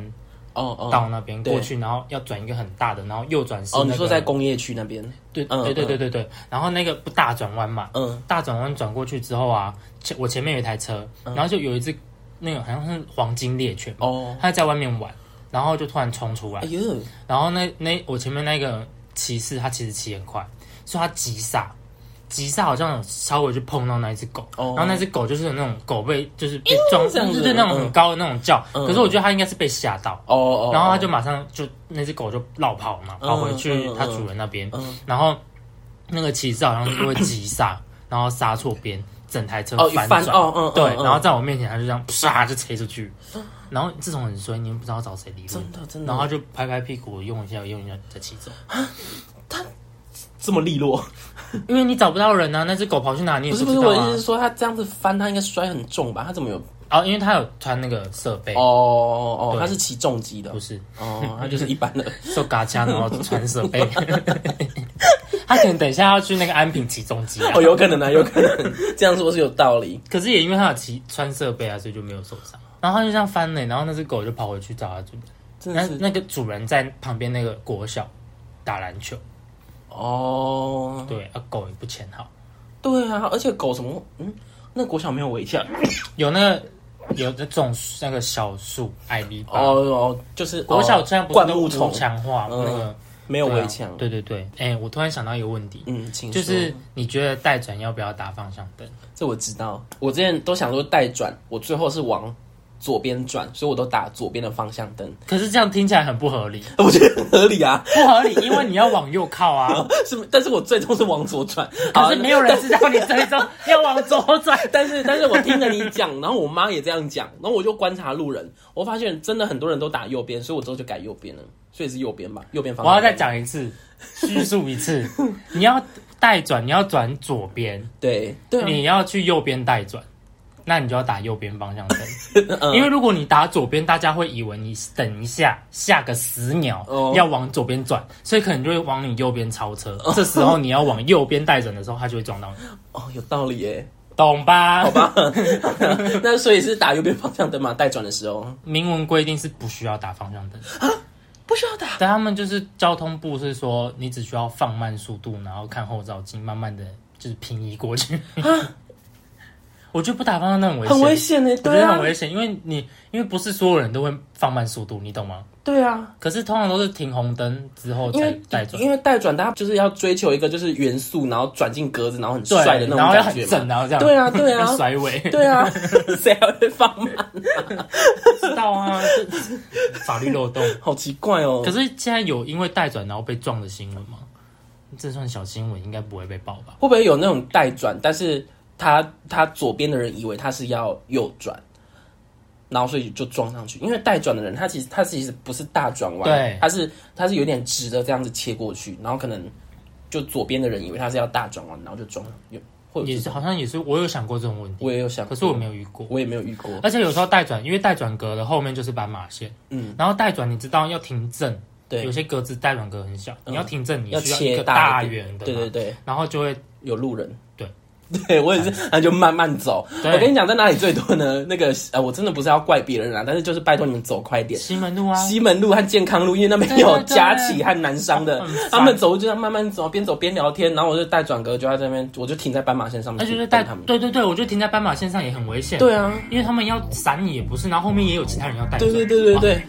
[SPEAKER 1] 哦哦，
[SPEAKER 2] 道那边
[SPEAKER 1] 对
[SPEAKER 2] 过去，然后要转一个很大的，然后右转是
[SPEAKER 1] 哦，
[SPEAKER 2] 那
[SPEAKER 1] 你
[SPEAKER 2] 个
[SPEAKER 1] 说在工业区那边，
[SPEAKER 2] 对
[SPEAKER 1] 嗯
[SPEAKER 2] 对对对对对，然后那个不大转弯嘛，
[SPEAKER 1] 嗯，
[SPEAKER 2] 大转弯转过去之后啊，前我前面有一台车，
[SPEAKER 1] 嗯
[SPEAKER 2] 然后就有一只那个好像是黄金猎犬，
[SPEAKER 1] 哦，
[SPEAKER 2] 它在外面玩，然后就突然冲出来
[SPEAKER 1] 哎，呦，
[SPEAKER 2] 然后那那我前面那个骑士，他其实骑很快，所以他急刹，急刹好像有稍微去碰到那一只狗，
[SPEAKER 1] 哦哎
[SPEAKER 2] 然后那只狗就是有那种狗被就是被撞，
[SPEAKER 1] 这样子
[SPEAKER 2] 就是那种很高的那种叫，
[SPEAKER 1] 嗯
[SPEAKER 2] 可是我觉得它应该是被吓到。
[SPEAKER 1] 哦哦，
[SPEAKER 2] 然后它就马上就那只狗就绕跑嘛，
[SPEAKER 1] 嗯
[SPEAKER 2] 跑回去
[SPEAKER 1] 嗯
[SPEAKER 2] 它主人那边，
[SPEAKER 1] 嗯
[SPEAKER 2] 然后那个骑士好像就会急刹，然后刹错边，整台车
[SPEAKER 1] 哦一
[SPEAKER 2] 翻
[SPEAKER 1] 翻
[SPEAKER 2] 转，
[SPEAKER 1] 哦嗯嗯
[SPEAKER 2] 对，
[SPEAKER 1] 嗯
[SPEAKER 2] 然后在我面前他就这样唰就切出去，然后这种很衰，你们不知道找谁理论，
[SPEAKER 1] 真的真的
[SPEAKER 2] 然后他就拍拍屁股用一下用一下再骑走，
[SPEAKER 1] 这么利落，
[SPEAKER 2] 因为你找不到人啊，那只狗跑去哪你 也
[SPEAKER 1] 不是不
[SPEAKER 2] 知
[SPEAKER 1] 是，
[SPEAKER 2] 道
[SPEAKER 1] 我的意
[SPEAKER 2] 啊
[SPEAKER 1] 思是，说，他这样子翻，他应该摔很重吧？他怎么有？
[SPEAKER 2] 哦，因为它有穿那个设备，
[SPEAKER 1] 哦哦，
[SPEAKER 2] 对
[SPEAKER 1] 他是骑重机的
[SPEAKER 2] 不，是
[SPEAKER 1] 哦，他就是一般的。
[SPEAKER 2] 受嘎枪然后穿设备， 他可能等一下要去那个安平起重机啊
[SPEAKER 1] 哦，，有可能啊，有可 能，这样说是有道理。
[SPEAKER 2] 可是也因为他有骑穿设备啊，所以就没有受伤。然后他就这样翻了，然后那只狗就跑回去找它主人。
[SPEAKER 1] 真
[SPEAKER 2] 那
[SPEAKER 1] 的是
[SPEAKER 2] 那个主人在旁边那个国小打篮球，
[SPEAKER 1] 哦，
[SPEAKER 2] 对，啊狗也不牵好，
[SPEAKER 1] 对啊，而且狗什么，嗯，那国小没有围墙
[SPEAKER 2] 啊有那个有那种那个小树艾丽巴。
[SPEAKER 1] 哦哦，就是
[SPEAKER 2] 国小
[SPEAKER 1] 哦
[SPEAKER 2] 现在不是
[SPEAKER 1] 灌
[SPEAKER 2] 都
[SPEAKER 1] 木
[SPEAKER 2] 无
[SPEAKER 1] 丛
[SPEAKER 2] 强化
[SPEAKER 1] 嗯
[SPEAKER 2] 那个
[SPEAKER 1] 没有围墙，
[SPEAKER 2] 对啊对对对，哎，我突然想到一个问题，
[SPEAKER 1] 嗯，请
[SPEAKER 2] 就
[SPEAKER 1] 说
[SPEAKER 2] 是你觉得带转要不要打方向灯？
[SPEAKER 1] 这我知道，我之前都想说带转，我最后是往左边转，所以我都打左边的方向灯，
[SPEAKER 2] 可是这样听起来很不合理，
[SPEAKER 1] 我觉得很合理啊。
[SPEAKER 2] 不合理，因为你要往右靠啊，
[SPEAKER 1] 是不，但是我最终是往左转，
[SPEAKER 2] 可
[SPEAKER 1] 好
[SPEAKER 2] 是没有人知道你最终要往左转。
[SPEAKER 1] 但是但是我听着你讲，然后我妈也这样讲，然后我就观察路人，我发现真的很多人都打右边，所以我之后就改右边了，所以是右边吧，右边方
[SPEAKER 2] 我
[SPEAKER 1] 向
[SPEAKER 2] 要
[SPEAKER 1] 灯。
[SPEAKER 2] 再讲一次，叙述一次， 你要带转，你要转左边，
[SPEAKER 1] 对对啊，
[SPEAKER 2] 你要去右边带转，那你就要打右边方向灯，
[SPEAKER 1] 嗯
[SPEAKER 2] 因为如果你打左边，大家会以为你等一下下个十秒
[SPEAKER 1] 哦
[SPEAKER 2] 要往左边转，所以可能就会往你右边超车。这时候你要往右边带转的时候，它就会撞到你，
[SPEAKER 1] 哦有道理耶，
[SPEAKER 2] 懂吧？好吧，
[SPEAKER 1] 那所以是打右边方向灯嘛，带转的时候
[SPEAKER 2] 明文规定是不需要打方向灯，
[SPEAKER 1] 不需要打，
[SPEAKER 2] 但他们就是交通部是说你只需要放慢速度，然后看后照镜，慢慢的就是平移过去。 我觉得不打方向灯很危险，
[SPEAKER 1] 啊很危险呢，
[SPEAKER 2] 我
[SPEAKER 1] 对
[SPEAKER 2] 觉得
[SPEAKER 1] 啊
[SPEAKER 2] 很危险，因为你因为不是所有人都会放慢速度，你懂吗？
[SPEAKER 1] 对啊，
[SPEAKER 2] 可是通常都是停红灯之后
[SPEAKER 1] 因
[SPEAKER 2] 再
[SPEAKER 1] 为
[SPEAKER 2] 再转，
[SPEAKER 1] 因为带转，它就是要追求一个就是元素，然后转进格子，然后很
[SPEAKER 2] 对
[SPEAKER 1] 帅的那
[SPEAKER 2] 然
[SPEAKER 1] 种
[SPEAKER 2] 后要
[SPEAKER 1] 感
[SPEAKER 2] 很
[SPEAKER 1] 觉嘛。
[SPEAKER 2] 正，然后这样，
[SPEAKER 1] 对啊对 啊
[SPEAKER 2] 要甩尾，
[SPEAKER 1] 对啊， 谁还会放慢？
[SPEAKER 2] 知道 啊，这法律漏洞。
[SPEAKER 1] 好奇怪哦
[SPEAKER 2] 可。是现在有因为带转然后被撞的新闻吗？这算小新闻，应该不会被报吧？
[SPEAKER 1] 会不会有那种带转，但是他他左边的人以为他是要右转，然后所以就撞上去？因为带转的人他其实他其实不是大转弯，
[SPEAKER 2] 对
[SPEAKER 1] 他是他是有点直的这样子切过去，然后可能就左边的人以为他是要大转弯，然后就撞上去。会有
[SPEAKER 2] 也
[SPEAKER 1] 这
[SPEAKER 2] 是
[SPEAKER 1] 种
[SPEAKER 2] 好像也是，我有想过这种问题，
[SPEAKER 1] 我也有想过，
[SPEAKER 2] 可是我没有遇过。
[SPEAKER 1] 我也没有遇过。
[SPEAKER 2] 而且有时候带转，因为带转格的后面就是斑马线，
[SPEAKER 1] 嗯，
[SPEAKER 2] 然后带转你知道要停正，
[SPEAKER 1] 对
[SPEAKER 2] 有，些格子带转格很小，你要停正，你
[SPEAKER 1] 要
[SPEAKER 2] 需要一
[SPEAKER 1] 切
[SPEAKER 2] 个
[SPEAKER 1] 大
[SPEAKER 2] 大
[SPEAKER 1] 一点
[SPEAKER 2] 圆的，
[SPEAKER 1] 对对，对。
[SPEAKER 2] 然后就会
[SPEAKER 1] 有路人，
[SPEAKER 2] 对，哎
[SPEAKER 1] 对我也是，然后就慢慢走。
[SPEAKER 2] 对
[SPEAKER 1] 我跟你讲，在哪里最多呢？那个呃，我真的不是要怪别人啊，但是就是拜托你们走快点。
[SPEAKER 2] 西门路啊，
[SPEAKER 1] 西门路和健康路，因为那边
[SPEAKER 2] 对对
[SPEAKER 1] 有
[SPEAKER 2] 对
[SPEAKER 1] 佳琪和南商的
[SPEAKER 2] 很烦，
[SPEAKER 1] 他们走就这样慢慢走，边走边聊天，然后我就带转格就在这边，我就停在斑马线上
[SPEAKER 2] 那
[SPEAKER 1] 面，
[SPEAKER 2] 就是带
[SPEAKER 1] 他们。
[SPEAKER 2] 对对对，我觉得停在斑马线上也很危险，
[SPEAKER 1] 对，啊，
[SPEAKER 2] 因为他们要闪你也不是，然后后面也有其他人要带转，
[SPEAKER 1] 对对对对对，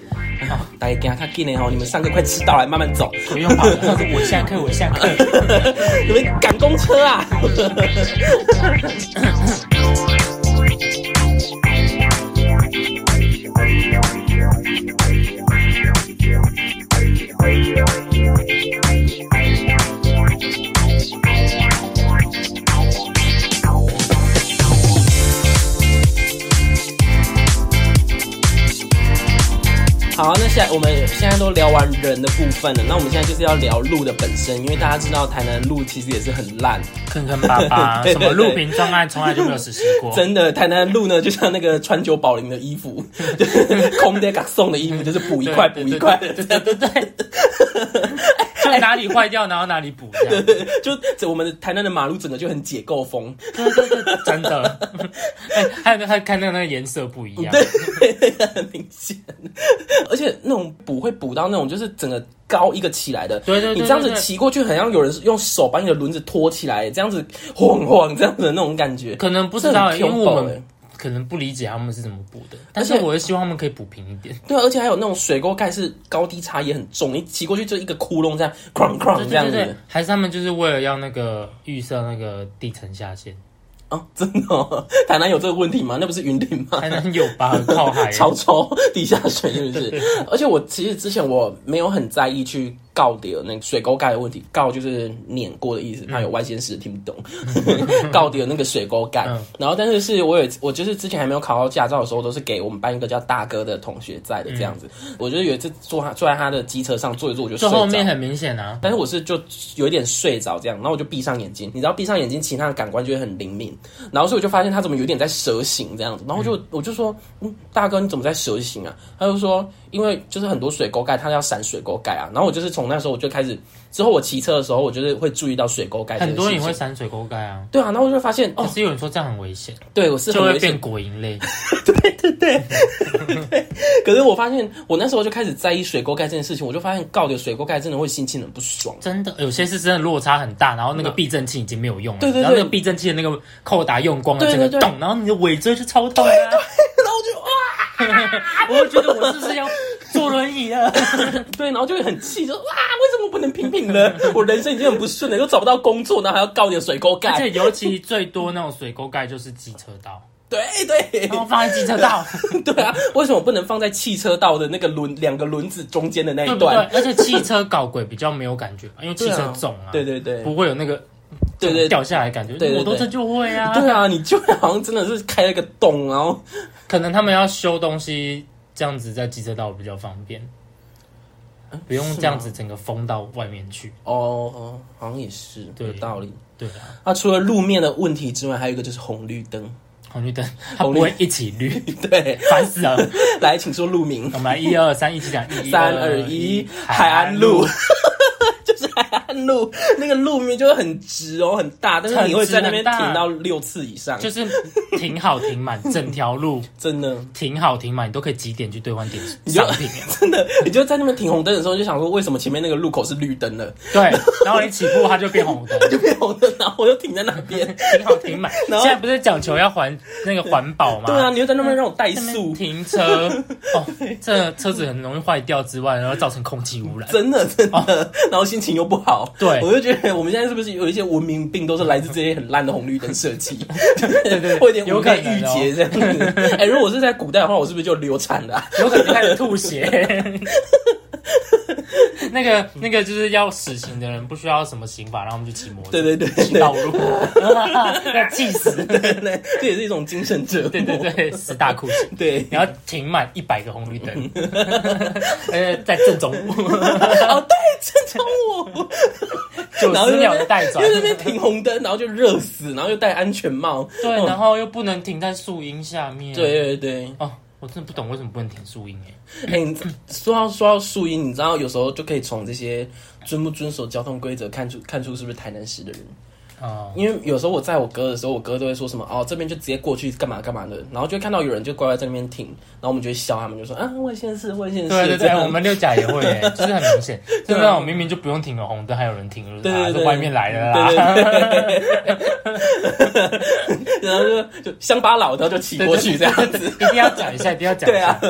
[SPEAKER 1] 好，大家给他看近点哦，你们上课快迟到了，慢慢走，
[SPEAKER 2] 对，不用怕，我下课我下课。
[SPEAKER 1] 你们赶公车啊！ 好，那现在我们现在都聊完人的部分了，那我们现在就是要聊路的本身，因为大家知道台南的路其实也是很烂，
[SPEAKER 2] 坑坑巴巴，
[SPEAKER 1] 对
[SPEAKER 2] 什
[SPEAKER 1] 对
[SPEAKER 2] 么
[SPEAKER 1] 对
[SPEAKER 2] 路平专案从来就没有实施过。
[SPEAKER 1] 真的，台南的路呢，就像那个穿久保玲的衣服， 就是空的给送的衣服，就是补一块补
[SPEAKER 2] 对
[SPEAKER 1] 一块，
[SPEAKER 2] 对对对对对对，就哪里坏掉然后哪里补，这样
[SPEAKER 1] 就这我们的台南的马路整个就很解构风，
[SPEAKER 2] 真的。哎，还有那还看到那个颜色不一样，
[SPEAKER 1] 很明显，而且那种补会补到那种就是整个高一个起来的，
[SPEAKER 2] 对对对
[SPEAKER 1] 你
[SPEAKER 2] 对
[SPEAKER 1] 这样子
[SPEAKER 2] 对
[SPEAKER 1] 骑过去，很像有人用手把你的轮子拖起来，这样子晃晃这样子的那种感觉，
[SPEAKER 2] 可能不知
[SPEAKER 1] 这
[SPEAKER 2] 道，
[SPEAKER 1] 很
[SPEAKER 2] 因为我
[SPEAKER 1] 恐怖欸
[SPEAKER 2] 们可能不理解他们是怎么补的，但是
[SPEAKER 1] 而且
[SPEAKER 2] 我是希望他们可以补平一点。
[SPEAKER 1] 对啊，而且还有那种水沟盖是高低差也很重，你骑过去就一个窟窿这样，哐
[SPEAKER 2] 对
[SPEAKER 1] 哐这样
[SPEAKER 2] 对对对
[SPEAKER 1] 子，，
[SPEAKER 2] 还是他们就是为了要那个预设那个地层下陷，
[SPEAKER 1] 哦，真的、哦， 台南有这个问题吗？那不是云林吗？
[SPEAKER 2] 还能有吧？很靠海，
[SPEAKER 1] 潮州地下水是不是？而且我其实之前我没有很在意去告底的那个水沟盖的问题，告就是碾过的意思，怕有外县市听不懂。告底的那个水沟盖，
[SPEAKER 2] 嗯
[SPEAKER 1] 然后但是是我有我就是之前还没有考到驾照的时候，都是给我们班一个叫大哥的同学在的这样子。我就是有一次坐他坐在他的机车上坐一坐，我就睡
[SPEAKER 2] 这后面
[SPEAKER 1] 着。
[SPEAKER 2] 很明显啊。
[SPEAKER 1] 但是我是就有一点睡着这样，然后我就闭上眼睛，你知道闭上眼睛，其他的感官就会很灵敏，然后所以我就发现他怎么有点在蛇形这样子，然后我就、我就说，嗯，大哥你怎么在蛇形啊？他就说，因为就是很多水沟盖，他要闪水沟盖啊。然后我就是从那时候我就开始，之后我骑车的时候，我就是会注意到水沟盖这件
[SPEAKER 2] 很
[SPEAKER 1] 事情。
[SPEAKER 2] 多人也会闪水沟盖啊，
[SPEAKER 1] 对啊，然后我就发现哦
[SPEAKER 2] 可，是有人说这样很危险，
[SPEAKER 1] 对我是
[SPEAKER 2] 就
[SPEAKER 1] 很
[SPEAKER 2] 会
[SPEAKER 1] 危险
[SPEAKER 2] 变，果蝇类。
[SPEAKER 1] 可是我发现我那时候就开始在意水沟盖这件事情，我就发现告的水沟盖真的会心情很不爽。
[SPEAKER 2] 真的，有些是真的落差很大，然后那个避震器已经没有用了，
[SPEAKER 1] 对对对
[SPEAKER 2] 然后那个避震器的那个扣打用光了，
[SPEAKER 1] 对
[SPEAKER 2] 整
[SPEAKER 1] 对对
[SPEAKER 2] 个洞，然后你的尾椎就超痛啊！
[SPEAKER 1] 然后我就啊。
[SPEAKER 2] 我就觉得我是不是要坐轮椅 了？
[SPEAKER 1] 对，然后就会很气，说哇，为什么不能平平呢？ 我人生已经很不顺了，又找不到工作，然后还要告你的水沟
[SPEAKER 2] 而
[SPEAKER 1] 盖。
[SPEAKER 2] 且尤其最多那种水沟盖就是机车 道，
[SPEAKER 1] 对对
[SPEAKER 2] 然后哦放在机车道，
[SPEAKER 1] 对啊，为什么不能放在汽车道的那个轮两个轮子中间的那
[SPEAKER 2] 对啊
[SPEAKER 1] 一
[SPEAKER 2] 不对
[SPEAKER 1] 段？？
[SPEAKER 2] 而且汽车搞轨比较没有感觉嘛，因为汽车重啊，
[SPEAKER 1] 对对对
[SPEAKER 2] 不会有那个
[SPEAKER 1] 对对
[SPEAKER 2] 掉下来的感觉
[SPEAKER 1] 对对，对
[SPEAKER 2] 摩托车就会啊。
[SPEAKER 1] 对啊，你就好像真的是开了个洞，然后
[SPEAKER 2] 可能他们要修东西，这样子在机车道比较方便，不用这样子整个封到外面去。
[SPEAKER 1] 哦，好像也是有
[SPEAKER 2] 对
[SPEAKER 1] 道理。
[SPEAKER 2] 对啊，
[SPEAKER 1] 那、除了路面的问题之外，还有一个就是红绿灯。
[SPEAKER 2] 红绿灯它不会一起绿，
[SPEAKER 1] 对，
[SPEAKER 2] 烦死了。
[SPEAKER 1] 来，请说路名。
[SPEAKER 2] 我们来一二三一起讲，一
[SPEAKER 1] 三二一，海岸路，， 就是海岸路，那个路面就会很直哦，很大，但是你会在那边
[SPEAKER 2] 很直很大
[SPEAKER 1] 停到六次以上，
[SPEAKER 2] 就是停好停满，整条 路
[SPEAKER 1] 真的。
[SPEAKER 2] 停好停满，你都可以几点去兑换点
[SPEAKER 1] 就
[SPEAKER 2] 商品。
[SPEAKER 1] 真的，你就在那边停红灯的时候，就想说为什么前面那个路口是绿灯了，
[SPEAKER 2] 对，然后你起步它就变 红灯。
[SPEAKER 1] 就变红灯，然后我就停在那边。
[SPEAKER 2] 停好停满，
[SPEAKER 1] 然
[SPEAKER 2] 现
[SPEAKER 1] 后
[SPEAKER 2] 在不是讲求要环那个环保吗？
[SPEAKER 1] 对啊，你就在那边让我怠
[SPEAKER 2] 那边
[SPEAKER 1] 速，
[SPEAKER 2] 停车 哦，这车子很容易坏掉之外，然后造成空气污染。
[SPEAKER 1] 真的真的，然后心情又不好。
[SPEAKER 2] 对
[SPEAKER 1] 我就觉得我们现在是不是有一些文明病，都是来自这些很烂的红绿灯设计，
[SPEAKER 2] 对对，
[SPEAKER 1] 会有点
[SPEAKER 2] 有
[SPEAKER 1] 无
[SPEAKER 2] 可
[SPEAKER 1] 可
[SPEAKER 2] 能
[SPEAKER 1] 预
[SPEAKER 2] 哦
[SPEAKER 1] 节这样子。哎，如果我是在古代的话，我是不是就流产了啊？
[SPEAKER 2] 有可能开始吐血。 那个那个就是要死刑的人不需要什么刑法，然后我们就骑摩托
[SPEAKER 1] 对
[SPEAKER 2] 车
[SPEAKER 1] 对对对
[SPEAKER 2] 骑道路， 要气死。
[SPEAKER 1] 对 对，这也是一种精神折磨。
[SPEAKER 2] 对对对，死大酷刑。
[SPEAKER 1] 对
[SPEAKER 2] 你要停满一百个红绿灯， 呃，在正中午
[SPEAKER 1] 哦对，正中午，
[SPEAKER 2] 九
[SPEAKER 1] 然后
[SPEAKER 2] 十
[SPEAKER 1] 又
[SPEAKER 2] 秒的带
[SPEAKER 1] 又
[SPEAKER 2] 转
[SPEAKER 1] 在，那边停红灯，然后就热死，然后又戴安全帽。
[SPEAKER 2] 对，然后又不能停在树荫下面，，
[SPEAKER 1] 对对对，
[SPEAKER 2] 哦，我真的不懂为什么不能停树荫哎，
[SPEAKER 1] 哎、你说到说到树荫，你知道有时候就可以从这些遵不遵守交通规则看出看出是不是台南市的人。
[SPEAKER 2] 哦，
[SPEAKER 1] 因为有时候我在我哥的时候，我哥都会说什么哦，这边就直接过去干嘛干嘛的，然后就会看到有人就乖乖在那边停，然后我们就会笑他们，就说啊，外县市，外县市，
[SPEAKER 2] 对对
[SPEAKER 1] 这
[SPEAKER 2] 对，
[SPEAKER 1] 样
[SPEAKER 2] 我们六甲也会耶， 就是很明显，就那种明明就不用停了红灯，还有人停，就是
[SPEAKER 1] 啊对
[SPEAKER 2] 啊，
[SPEAKER 1] 对对
[SPEAKER 2] 是外面来的
[SPEAKER 1] 对
[SPEAKER 2] 啦。啊
[SPEAKER 1] 然后就就乡巴佬，然后就骑过去这样子。
[SPEAKER 2] 一定要讲一下，一定要讲一
[SPEAKER 1] 对
[SPEAKER 2] 下
[SPEAKER 1] 啊。。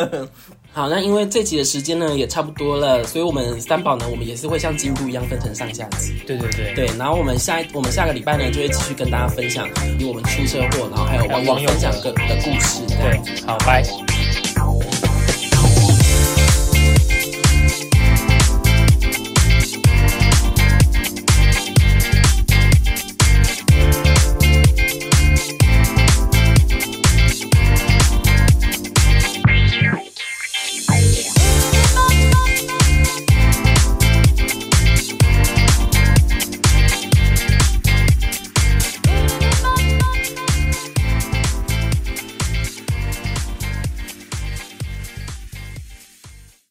[SPEAKER 1] 好，那因为这集的时间呢也差不多了，所以我们三宝呢，我们也是会像京都一样分成上下集。
[SPEAKER 2] 对对对
[SPEAKER 1] 对，然后我们下一我们下个礼拜呢，就会继续跟大家分享以我们出车祸，然后还有网友分享的的故事。
[SPEAKER 2] 对，好，拜。